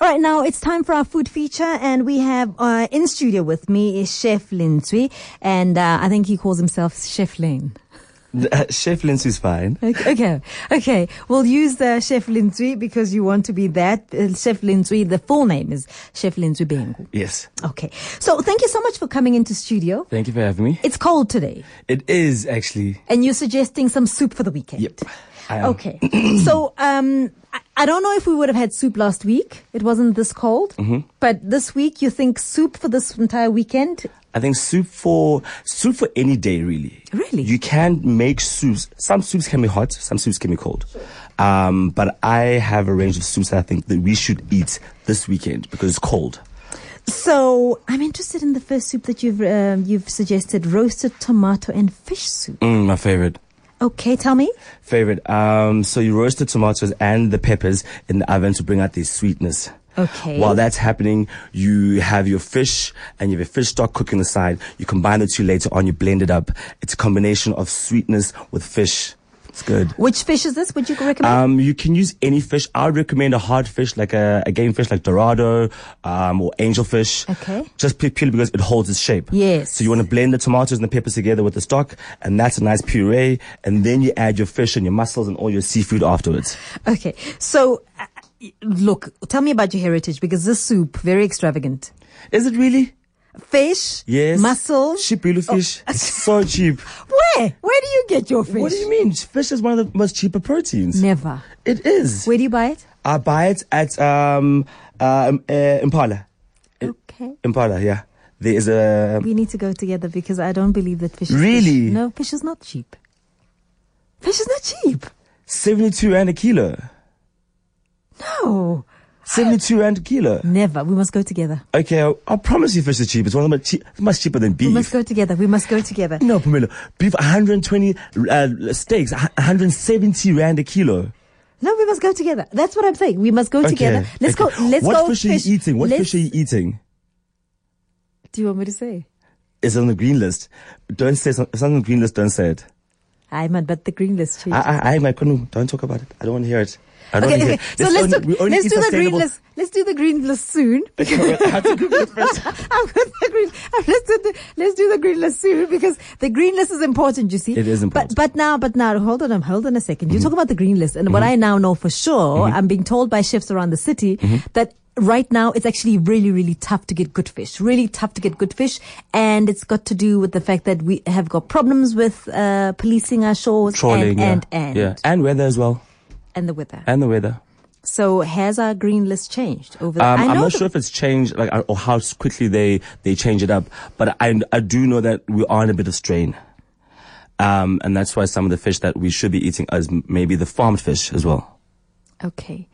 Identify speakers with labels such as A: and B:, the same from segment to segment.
A: All right, now it's time for our food feature, and we have uh, in studio with me is Chef Lin Tsui, and uh, I think he calls himself Chef Lin.
B: uh, Chef Lindsay is fine.
A: Okay, okay, okay. We'll use uh, Chef Lin Tsui because you want to be that. Uh, Chef Lin Tsui, the full name is Chef Lin Tsui Bengu.
B: Yes.
A: Okay, so thank you so much for coming into studio.
B: Thank you for having me.
A: It's cold today,
B: It is actually.
A: and you're suggesting some soup for the weekend.
B: Yep. I um, am.
A: Okay. so, um, I, I don't know if we would have had soup last week. It wasn't this cold.
B: Mm-hmm.
A: But this week, you think soup for this entire weekend?
B: I think soup for soup for any day really.
A: Really?
B: You can make soups. Some soups can be hot. Some soups can be cold. Um, but I have a range of soups that I think that we should eat this weekend because it's cold.
A: So, I'm interested in the first soup that you've, um, you've suggested roasted tomato and fish soup.
B: Mm, my favorite.
A: Okay, tell me.
B: Favorite. Um, so you roast the tomatoes and the peppers in the oven to bring out their sweetness.
A: Okay.
B: While that's happening, you have your fish and you have your fish stock cooking on the side. You combine the two later on, you blend it up. It's a combination of sweetness with fish. It's good.
A: Which fish is this? Would you recommend?
B: Um, you can use any fish. I would recommend a hard fish, like a, a game fish like Dorado um, or angelfish.
A: Okay.
B: Just pu- purely because it holds its shape.
A: Yes.
B: So you want to blend the tomatoes and the peppers together with the stock, and that's a nice puree. And then you add your fish and your mussels and all your seafood afterwards.
A: okay. So, uh, look, tell me about your heritage because this soup, very extravagant.
B: Is it really?
A: Fish.
B: Yes.
A: Mussel.
B: Shibulu
A: Oh.
B: fish. It's so cheap.
A: Where? Where do you get your fish?
B: What do you mean? Fish is one of the most cheaper proteins.
A: Never.
B: It is.
A: Where do you buy it?
B: I buy it at um, uh, um, uh, Impala.
A: Okay.
B: Impala, yeah. There is a
A: We need to go together because I don't believe that fish is
B: Really?
A: Fish. No, fish is not cheap. Fish is not cheap.
B: 72 rand a kilo.
A: No.
B: 72 rand a kilo.
A: Never. We must go together.
B: Okay, I, I promise you fish is cheap. It's one of the most cheap, it's much cheaper than
A: We
B: beef.
A: must go together. We must go together.
B: no, Pamela. Beef, 120 uh, steaks, 170 rand a kilo.
A: No, we must go together. That's what I'm saying. We must go together. Let's
B: okay.
A: go. Let's
B: what
A: go.
B: What fish are you eating? What
A: let's-
B: fish are you eating?
A: Do you want me to say?
B: It's on the green list. Don't say something. It's on the green list. Don't say it.
A: I man, but the green list changed.
B: I, I, I, my couldn't. Don't talk about it. I don't want to hear it. Ah, I
A: okay,
B: don't want to hear
A: okay.
B: it.
A: So let's,
B: only-
A: do,
B: we only
A: let's
B: eat
A: do the green
B: sustainable-
A: list. Let's do the green list soon.
B: I had to Google it first.
A: I'm good. The green, I'm, let's, do the, let's do the green list soon because the green list is important, you see.
B: It is important. Mm-hmm.
A: But, but now, but now, hold on, um, hold on a 2nd You talk about the green list. And what I now know for sure, I'm being told by chefs around the city
B: Mm-hmm.
A: that right now it's actually really, really tough to get good fish. Really tough to get good fish. And it's got to do with the fact that we have got problems with uh, policing our shores
B: Trolling,
A: and,
B: yeah.
A: and, and,
B: yeah, and weather as well,
A: and the weather.
B: and the weather.
A: So has our green list changed over the,
B: Um,
A: I know
B: I'm not
A: the-
B: sure if it's changed, like, or how quickly they they change it up. But I I do know that we are in a bit of strain, um, and that's why some of the fish that we should be eating is m- maybe the farmed fish as well.
A: Okay.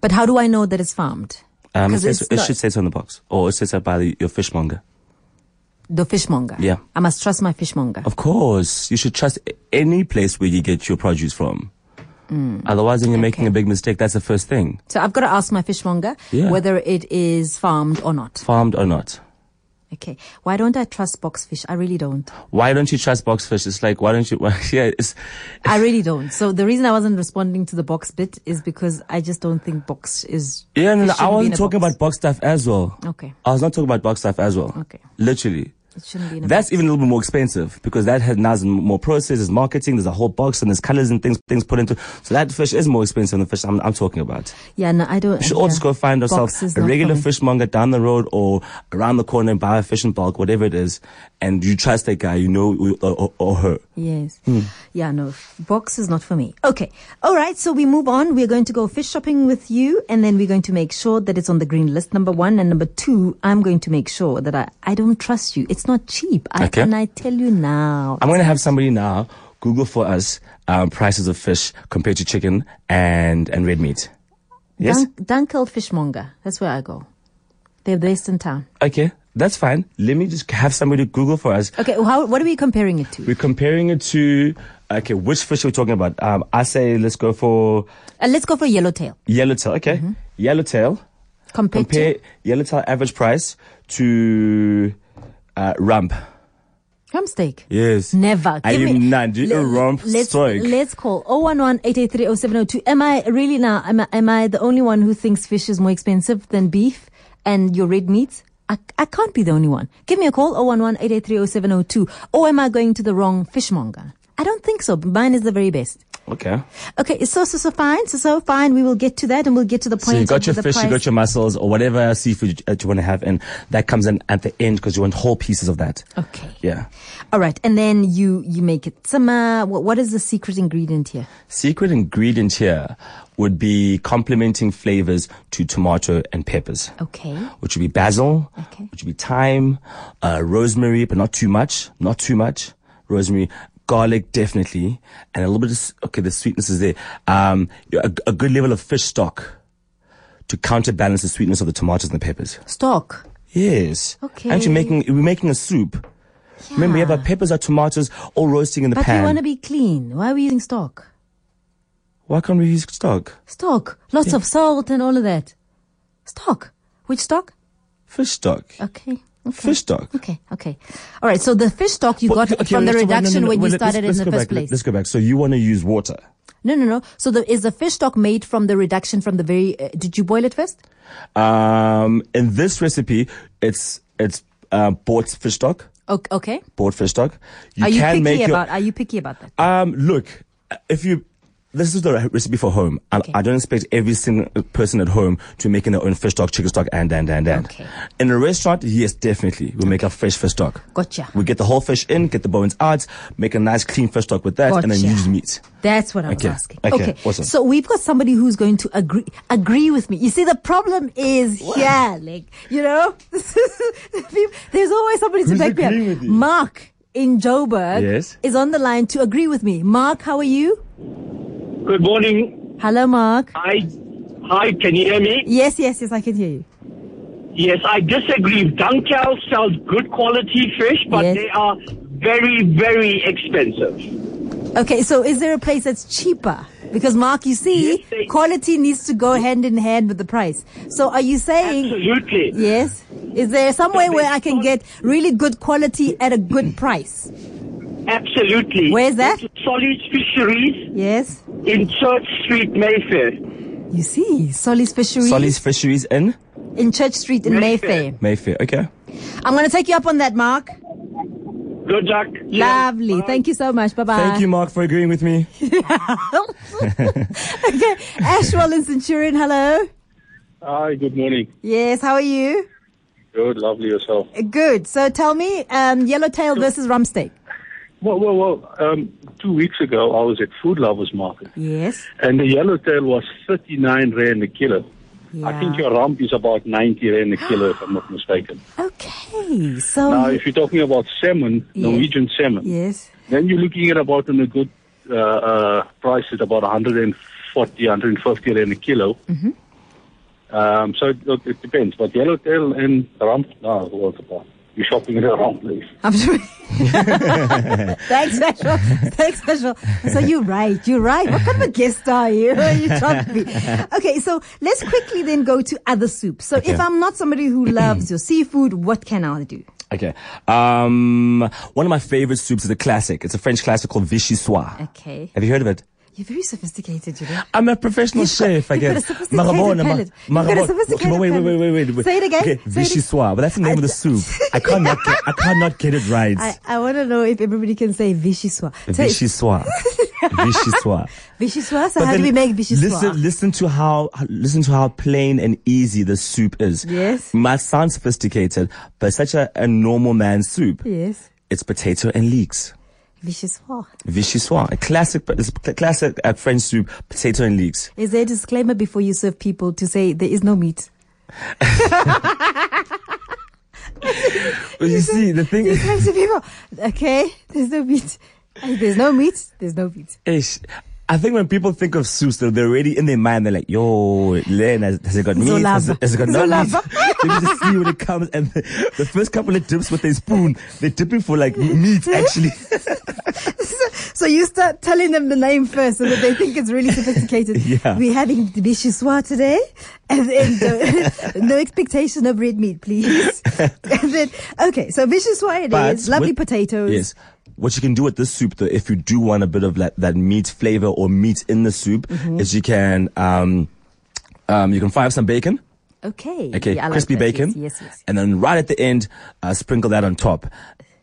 A: But how do I know that it's farmed?
B: Um, it,
A: 'Cause
B: says,
A: it's
B: it
A: not-
B: should say so on the box, or it says that by the, your fishmonger.
A: The fishmonger.
B: Yeah.
A: I must trust my fishmonger.
B: Of course, you should trust a- any place where you get your produce from.
A: Hmm.
B: Otherwise, then you're making a big mistake. That's the first thing,
A: So I've got to ask my fishmonger
B: Yeah.
A: whether it is farmed or not.
B: farmed or not.
A: Okay. Why don't I trust box fish? I really don't.
B: Why don't you trust box fish? It's like why don't you? yeah, it's
A: I really don't. So the reason I wasn't responding to the box bit is because I just don't think box is.
B: Yeah, no,
A: it
B: no I
A: shouldn't be in
B: wasn't
A: a
B: talking
A: box.
B: about box stuff as well.
A: Okay.
B: I was not talking about box stuff as well.
A: Okay.
B: Literally.
A: It shouldn't be in a
B: That's even a little bit more expensive because that has now more process, there's marketing, there's a whole box and there's colors and things things put into. So that fish is more expensive than the fish I'm, I'm talking about.
A: box. Yeah, no, I don't.
B: You should all just go find yourself a regular fishmonger down the road or around the corner and buy a fish in bulk, whatever it is, and you trust that guy, you know, or, or, or her.
A: Yes.
B: Hmm.
A: Yeah, no, box is not for me. Okay. All right. So we move on. We're going to go fish shopping with you, and then we're going to make sure that it's on the green list, number one. And number two, I'm going to make sure that I, I don't trust you. It's not cheap. I,
B: Okay.
A: And I tell you now.
B: I'm gonna have somebody now Google for us um, prices of fish compared to chicken and and red meat. Yes.
A: Dun- Dunkel Fishmonger. That's where I go. They're based in town.
B: Okay, that's fine. Let me just have somebody Google for us.
A: Okay. How, what are we comparing it to?
B: We're comparing it to okay, which fish are we talking about? Um, I say let's go for
A: Uh, let's go for yellowtail.
B: yellowtail. Okay, yellowtail.
A: Compared
B: Compare yellowtail average price to uh, rump.
A: to Crumb steak.
B: Yes.
A: Never.
B: I
A: Give
B: am
A: me-
B: not doing a rump
A: let's,
B: steak.
A: Let's call 011-883-0702. Am I really now? Am I, am I the only one who thinks fish is more expensive than beef and your red meats? I, I can't be the only one. Give me a call 011-883-0702. Or am I going to the wrong fishmonger? I don't think so. Mine is the very best.
B: Okay.
A: Okay, so so so fine, so so fine. We will get to that, and we'll get to the
B: So
A: point.
B: you got
A: of
B: your
A: the
B: fish, you
A: price.
B: got your mussels, or whatever seafood you, you want to have, and that comes in at the end because you want whole pieces of that.
A: Okay.
B: Yeah.
A: All right, and then you you make it summer. What, what is the secret ingredient here?
B: Secret ingredient here would be complementing flavors to tomato and peppers,
A: Okay.
B: which would be basil,
A: Okay.
B: which would be thyme, uh, rosemary, but not too much, not too much rosemary. Garlic, definitely, and a little bit of, s- okay, the sweetness is there. Um, a, a good level of fish stock to counterbalance the sweetness of the tomatoes and the peppers.
A: Stock.
B: Yes.
A: Okay.
B: And you're making, we're making a soup. Remember, you have our peppers, our tomatoes, all roasting in the
A: But we
B: pan.
A: want to be clean. Why are we using stock?
B: Why can't we use stock?
A: Stock. Lots of salt and all of that. Stock. Which stock?
B: Fish stock.
A: Okay. Okay.
B: Fish stock.
A: Okay. Okay. All right. So the fish stock you got
B: Okay,
A: from the
B: let's go back. No, no,
A: reduction
B: no,
A: when
B: well,
A: you
B: let- let's-
A: started
B: let's
A: in
B: go
A: the first
B: back. Let-
A: place.
B: Let's go back. So you want to use water.
A: No, no, no. So the, is the fish stock made from the reduction from the very? Uh, did you boil it first?
B: Um, in this recipe, it's, it's, uh, bought fish stock,
A: Okay. okay.
B: bought fish stock. You
A: Are you
B: can
A: picky
B: make your,
A: about? Are you picky about that?
B: Um, look, if you, this is the re- recipe for home. I,
A: Okay.
B: I don't expect every single person at home to making their own fish stock, chicken stock, and and and and.
A: Okay.
B: In a restaurant, yes, definitely, we make a fresh fish stock.
A: Gotcha.
B: We get the whole fish in, get the bones out, make a nice clean fish stock with that, and then
A: Gotcha.
B: use meat.
A: That's what I was
B: Okay.
A: asking.
B: Okay. Awesome.
A: So we've got somebody who's going to agree agree with me. You see, the problem is here, like you know, there's always somebody to
B: Who's
A: back me
B: agreeing
A: up.
B: with you?
A: Mark in Joburg
B: Yes.
A: is on the line to agree with me. Mark, how are you?
C: Good morning.
A: Hello, Mark.
C: I, hi, can you hear me?
A: Yes, yes, yes. I can hear you.
C: Yes, I disagree. Dunkel sells good quality fish, but
A: Yes.
C: they are very, very expensive.
A: Okay, so is there a place that's cheaper? Because Mark, you see,
C: Yes, they-
A: quality needs to go hand in hand with the price. So are you saying?
C: Absolutely.
A: Yes. Is there some way where I can get really good quality at a good price?
C: Absolutely.
A: Where's that?
C: Solly's Fisheries
A: Yes.
C: in Church Street, Mayfair.
A: You see, Solly's Fisheries
B: Solly's Fisheries in
A: in Church Street in Mayfair.
C: Mayfair.
B: Mayfair. Okay.
A: I'm going to take you up on that, Mark.
C: Good luck.
A: Lovely.
C: Bye.
A: Thank you so much. Bye bye.
B: Thank you, Mark, for agreeing with me.
A: okay. Ashwell in Centurion, hello.
D: Hi, good morning.
A: Yes, how are you?
D: Good, lovely yourself.
A: Good. So tell me, um, yellowtail versus rump steak.
D: Well, well, well. Um, two weeks ago, I was at Food Lovers Market,
A: Yes.
D: and the yellowtail was 39 rand a kilo. I
A: Yeah.
D: think your rump is about 90 rand a kilo, if I'm not mistaken.
A: Okay. So.
D: Now, if you're talking about salmon,
A: Oh, Yes.
D: Norwegian salmon,
A: yes.
D: then you're looking at about in a good uh, uh, price at about 140, 150 rand a kilo. Mm-hmm. Um, so it, look, it depends. But yellowtail and rump, no, what about? You're shopping in the wrong place.
A: I'm sure. Thanks, special. Thanks, special. So you're right. You're right. What kind of a guest are you? You trumped me. Okay, so let's quickly then go to other soups. So if
B: Okay.
A: I'm not somebody who loves your seafood, what can I do?
B: Okay. Um, one of my favorite soups is a classic. It's a French classic called Vichyssoise.
A: Okay.
B: Have you heard of it?
A: You're very sophisticated, you know.
B: I'm a professional
A: You've got-
B: chef, I
A: you've got
B: guess.
A: a sophisticated
B: Marabona, ma-
A: palate. You've got a
B: marabona.
A: sophisticated
B: Wait, wait, wait,
A: palate.
B: wait, wait, wait.
A: Say it again.
B: Okay,
A: Say it ag-
B: vichyssoise, but that's the name of the soup. I can't not get, I can't not get it right.
A: I, I want to know if everybody can say vichyssoise. Say-
B: Vichyssoise. Vichyssoise.
A: Vichyssoise. So
B: But
A: how
B: then
A: do we make vichyssoise?
B: Listen, listen to how listen to how plain and easy the soup is.
A: Yes.
B: Might sound sophisticated, but such a, a normal man's soup.
A: Yes.
B: It's potato and leeks.
A: Vichyssoise.
B: Vichyssoise, a classic, it's a classic uh, French soup, potato and leeks.
A: Is there a disclaimer before you serve people to say there is no meat?
B: But you see, the thing
A: These types of people. Okay, there's no meat. Uh, There's no meat. There's no meat.
B: Ish. I think when people think of soups, they're, they're already in their mind. They're like, yo, Len, has, has it got meat? Has
A: Zolava.
B: it, has it got no meat?
A: Zolava.
B: Let me just see when it comes. And the, the first couple of dips with their spoon, they're dipping for like meat, actually.
A: So you start telling them the name first so that they think it's really sophisticated.
B: Yeah.
A: We're having the bichyssoise today. And then uh, no expectation of red meat, please. and then, okay, so bichyssoise it
B: But
A: is. Lovely
B: with-
A: potatoes.
B: Yes. What you can do with this soup, though, if you do want a bit of like, that meat flavor or meat in the soup,
A: Mm-hmm.
B: is you can um, um, you can fry up some bacon.
A: Okay.
B: Okay,
A: Yeah, I like
B: crispy
A: that.
B: bacon.
A: Yes, yes, yes.
B: And then right at the end, uh, sprinkle that on top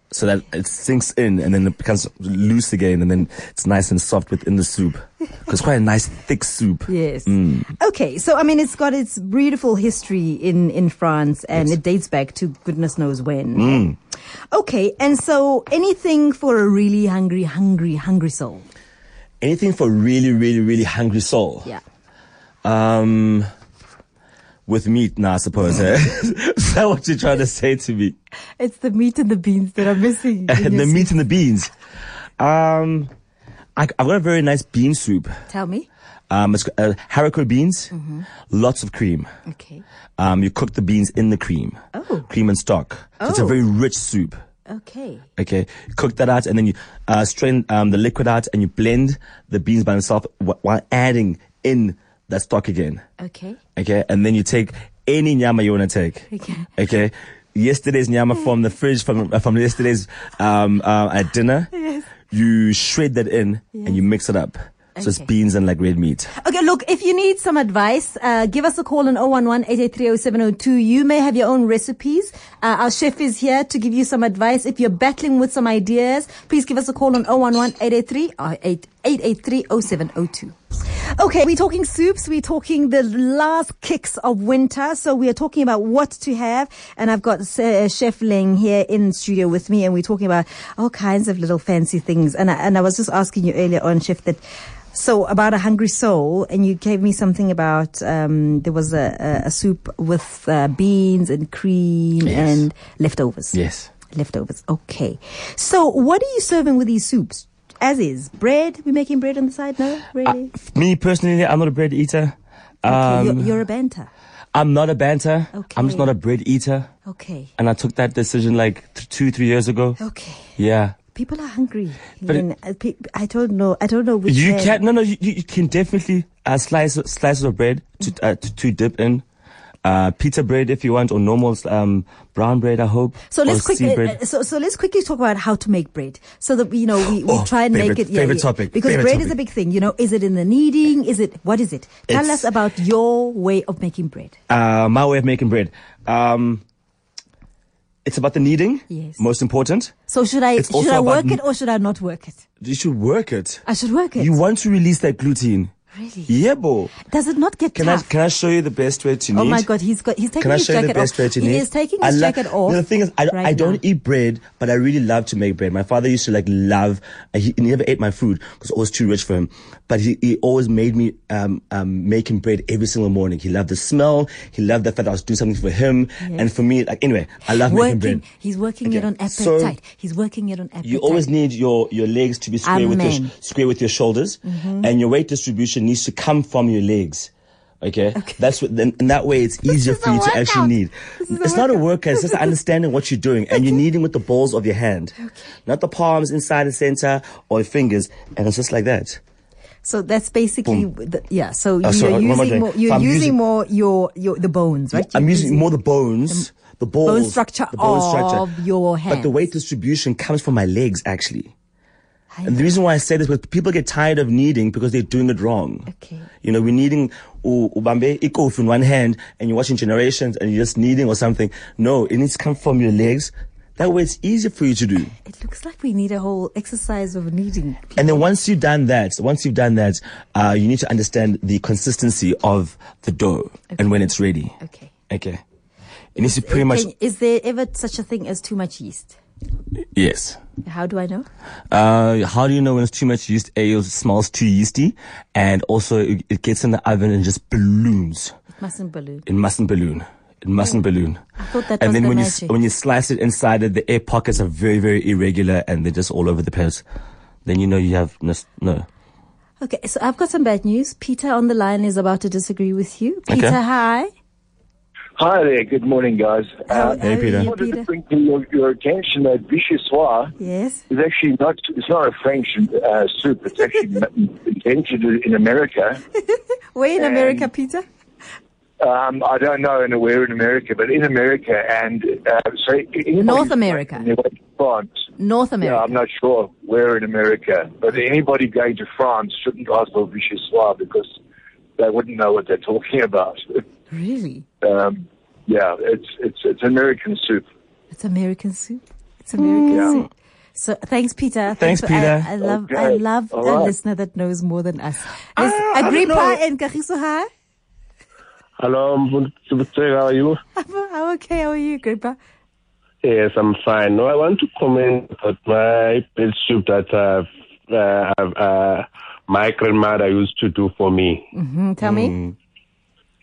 B: so that it sinks in and then it becomes loose again and then it's nice and soft within the soup. 'Cause it's quite a nice thick soup. Mm.
A: Yes. Okay. So, I mean, it's got its beautiful history in, in France and it dates back to goodness knows when.
B: Mm.
A: Okay. And so anything for a really hungry, hungry, hungry soul.
B: Anything for really, really, really hungry soul.
A: Yeah.
B: Um, with meat now, I suppose. eh? Is that what you're trying to say to me?
A: It's the meat and the beans that are missing. in
B: the
A: your
B: meat and the beans. Um, I, I've got a very nice bean soup.
A: soup. Tell me.
B: Um, it's uh, haricot beans,
A: Mm-hmm.
B: lots of cream.
A: Okay.
B: Um, you cook the beans in the cream.
A: Oh.
B: Cream and stock. So it's a
A: Oh.
B: very rich soup.
A: Okay.
B: Okay. You cook that out and then you, uh, strain, um, the liquid out and you blend the beans by themselves wh- while adding in that stock again.
A: Okay.
B: Okay. And then you take any nyama you want to take.
A: Okay.
B: Okay. Yesterday's nyama from the fridge from, uh, from yesterday's, um, uh, at dinner. Yes. You shred that in and you mix it up. So it's
A: Okay.
B: beans and like red meat.
A: Okay, look, if you need some advice, uh, give us a call on 011-883-0702. You may have your own recipes. Uh, our chef is here to give you some advice. If you're battling with some ideas, please give us a call on 011-883-0702. Okay, we're talking soups. We're talking the last kicks of winter. So we are talking about what to have. And I've got uh, Chef Leng here in studio with me and we're talking about all kinds of little fancy things. And I, and I was just asking you earlier on, Chef, that so about a hungry soul, and you gave me something about um, there was a, a, a soup with uh, beans and cream
B: Yes.
A: and leftovers.
B: Yes.
A: leftovers. Okay. So what are you serving with these soups? As is bread. We making bread on the side now. Really?
B: Uh, Me personally, I'm not a bread eater. Uh, Um,
A: okay. You're, you're a banter.
B: I'm not a banter. I'm just
A: Okay.
B: not a bread eater.
A: Okay.
B: And I took that decision like th- two, three years ago.
A: Okay.
B: Yeah.
A: People are hungry.
B: But
A: Lynn. Uh, pe- I don't know. I don't know which.
B: You
A: hand.
B: can, no, no, you, you you can definitely uh, slice slices of bread to,
A: Mm-hmm.
B: uh, to, to dip in. Uh, pita bread if you want, or normal um, brown bread, I hope.
A: So let's uh,
B: or
A: quickly
B: sea bread.
A: so so let's quickly talk about how to make bread, so that we, you know we, we
B: Oh,
A: try and
B: favorite-
A: make it. Yeah,
B: favorite
A: yeah.
B: topic,
A: because
B: favorite
A: bread is
B: topic.
A: a big thing. You know, is it in the kneading? Is it what is it? Tell us
B: It's-
A: about your way of making bread.
B: Uh, my way of making bread. Um, it's about the kneading.
A: Yes.
B: Most important.
A: So should I
B: It's
A: should
B: also
A: I
B: about
A: work
B: m-
A: it or should I not work it?
B: You should work it.
A: I should work it.
B: You want to release that gluten.
A: Really?
B: Yeah, bo.
A: Does it not get
B: Can I
A: tough?
B: can I show you the best way to knead?
A: oh my God, he's got he's taking
B: Can I
A: his
B: show you
A: jacket
B: the best
A: off.
B: way to
A: he
B: knead?
A: is taking
B: I
A: his
B: love-
A: jacket off.
B: No, the thing is, I,
A: right
B: I don't
A: now.
B: eat bread, but I really love to make bread. My father used to like love. uh, He, he never ate my food because it was too rich for him. But he, he always made me um, um, making bread every single morning. He loved the smell. He loved the fact that I was doing something for him and for me. Like anyway, I love making bread.
A: Working, he's working it
B: Okay,
A: on
B: so-
A: appetite. he's working it on appetite.
B: You always need your, your legs to be square with your
A: Amen. Mm-hmm.
B: sh- square with your shoulders, and your weight distribution needs to come from your legs. Okay, that's what. Then and that way, it's easier
A: is
B: for
A: a
B: you to actually
A: workout.
B: need.
A: This is a
B: It's not a workout. It's just understanding what you're doing, and you're kneading with the balls of your hand, not the palms inside the center or your fingers. And it's just like that.
A: So that's basically the, yeah. So
B: Oh,
A: you're
B: sorry, what am I
A: using
B: doing?
A: more, you're
B: So I'm
A: using,
B: using-
A: more your your the bones, right?
B: I'm
A: You're
B: using, more the bones, the balls,
A: structure
B: the bone structure
A: of your
B: But the weight distribution comes from my legs, actually. And the reason why I say this, because people get tired of kneading because they're doing it wrong.
A: Okay.
B: You know, we're kneading u- ubambe ikofu in one hand and you're watching Generations and you're just kneading or something. No, it needs to come from your legs. That way it's easier for you to do.
A: It looks like we need a whole exercise of kneading.
B: And then once you've done that, once you've done that, uh, you need to understand the consistency of the dough and when it's ready.
A: Okay.
B: Okay. It needs to pretty much,
A: Can- is there ever such a thing as too much yeast?
B: yes.
A: How do I know?
B: Uh, how do you know when it's too much yeast? A, it smells too yeasty, and also it, it gets in the oven and just balloons.
A: It mustn't balloon.
B: It mustn't balloon. It mustn't balloon. I
A: Oh, thought that
B: and
A: was
B: then
A: the
B: when you s-
A: magic.
B: when you slice it inside it, the air pockets are very very irregular and they're just all over the place. Then you know you have no. s- no.
A: Okay, so I've got some bad news. Peter on the line is about to disagree with you. Peter, hi.
E: Hi there. Good morning, guys.
A: How,
E: Uh,
A: how are
B: Peter.
A: you,
E: wanted to
A: Oh, Peter?
E: bring to your, your attention that vichyssoise
A: Yes.
E: is actually not it's not a French uh, soup. It's actually m- invented in America.
A: Where in America, Peter?
E: Um, I don't know in where in America, but in America and uh, so anybody-
A: North America.
E: in the way to France.
A: North America.
E: Yeah, I'm not sure where in America, but anybody going to France shouldn't ask for vichyssoise because they wouldn't know what they're talking about.
A: Really?
E: um, yeah, it's it's it's American soup.
A: It's American soup. It's American
B: Mm.
E: Yeah.
A: soup. So thanks, Peter.
B: Thanks,
A: for-
B: Peter.
A: I, I love, I
E: Okay.
A: love
E: All
A: a
E: right.
A: listener that knows more than us.
B: I don't
A: Agrippa
B: know.
A: and Kagiso, hi.
F: Hello, I'm Mutsubutsega, How are you?
A: I'm, I'm okay. How are you, Agrippa?
F: Yes, I'm fine. No, I want to comment about my bed soup that uh, uh, uh, my grandmother used to do for me.
A: Mm, tell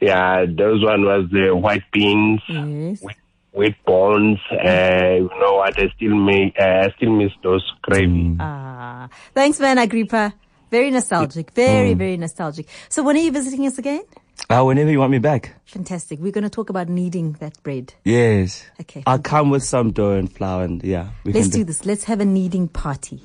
F: Yeah, those one was the white beans,
B: Mm.
A: me. Yes.
F: with bones. Uh, you know what? I still make, uh, I still miss those gravy.
A: Ah, thanks, man, Agrippa. Very nostalgic.
B: Mm.
A: Very, very nostalgic. So when are you visiting us again?
B: Uh, whenever you want me back.
A: Fantastic. We're going to talk about kneading that bread.
B: Yes.
A: Okay.
B: I'll come with some dough and flour and yeah. We
A: Let's
B: can
A: do this. Let's have a kneading party.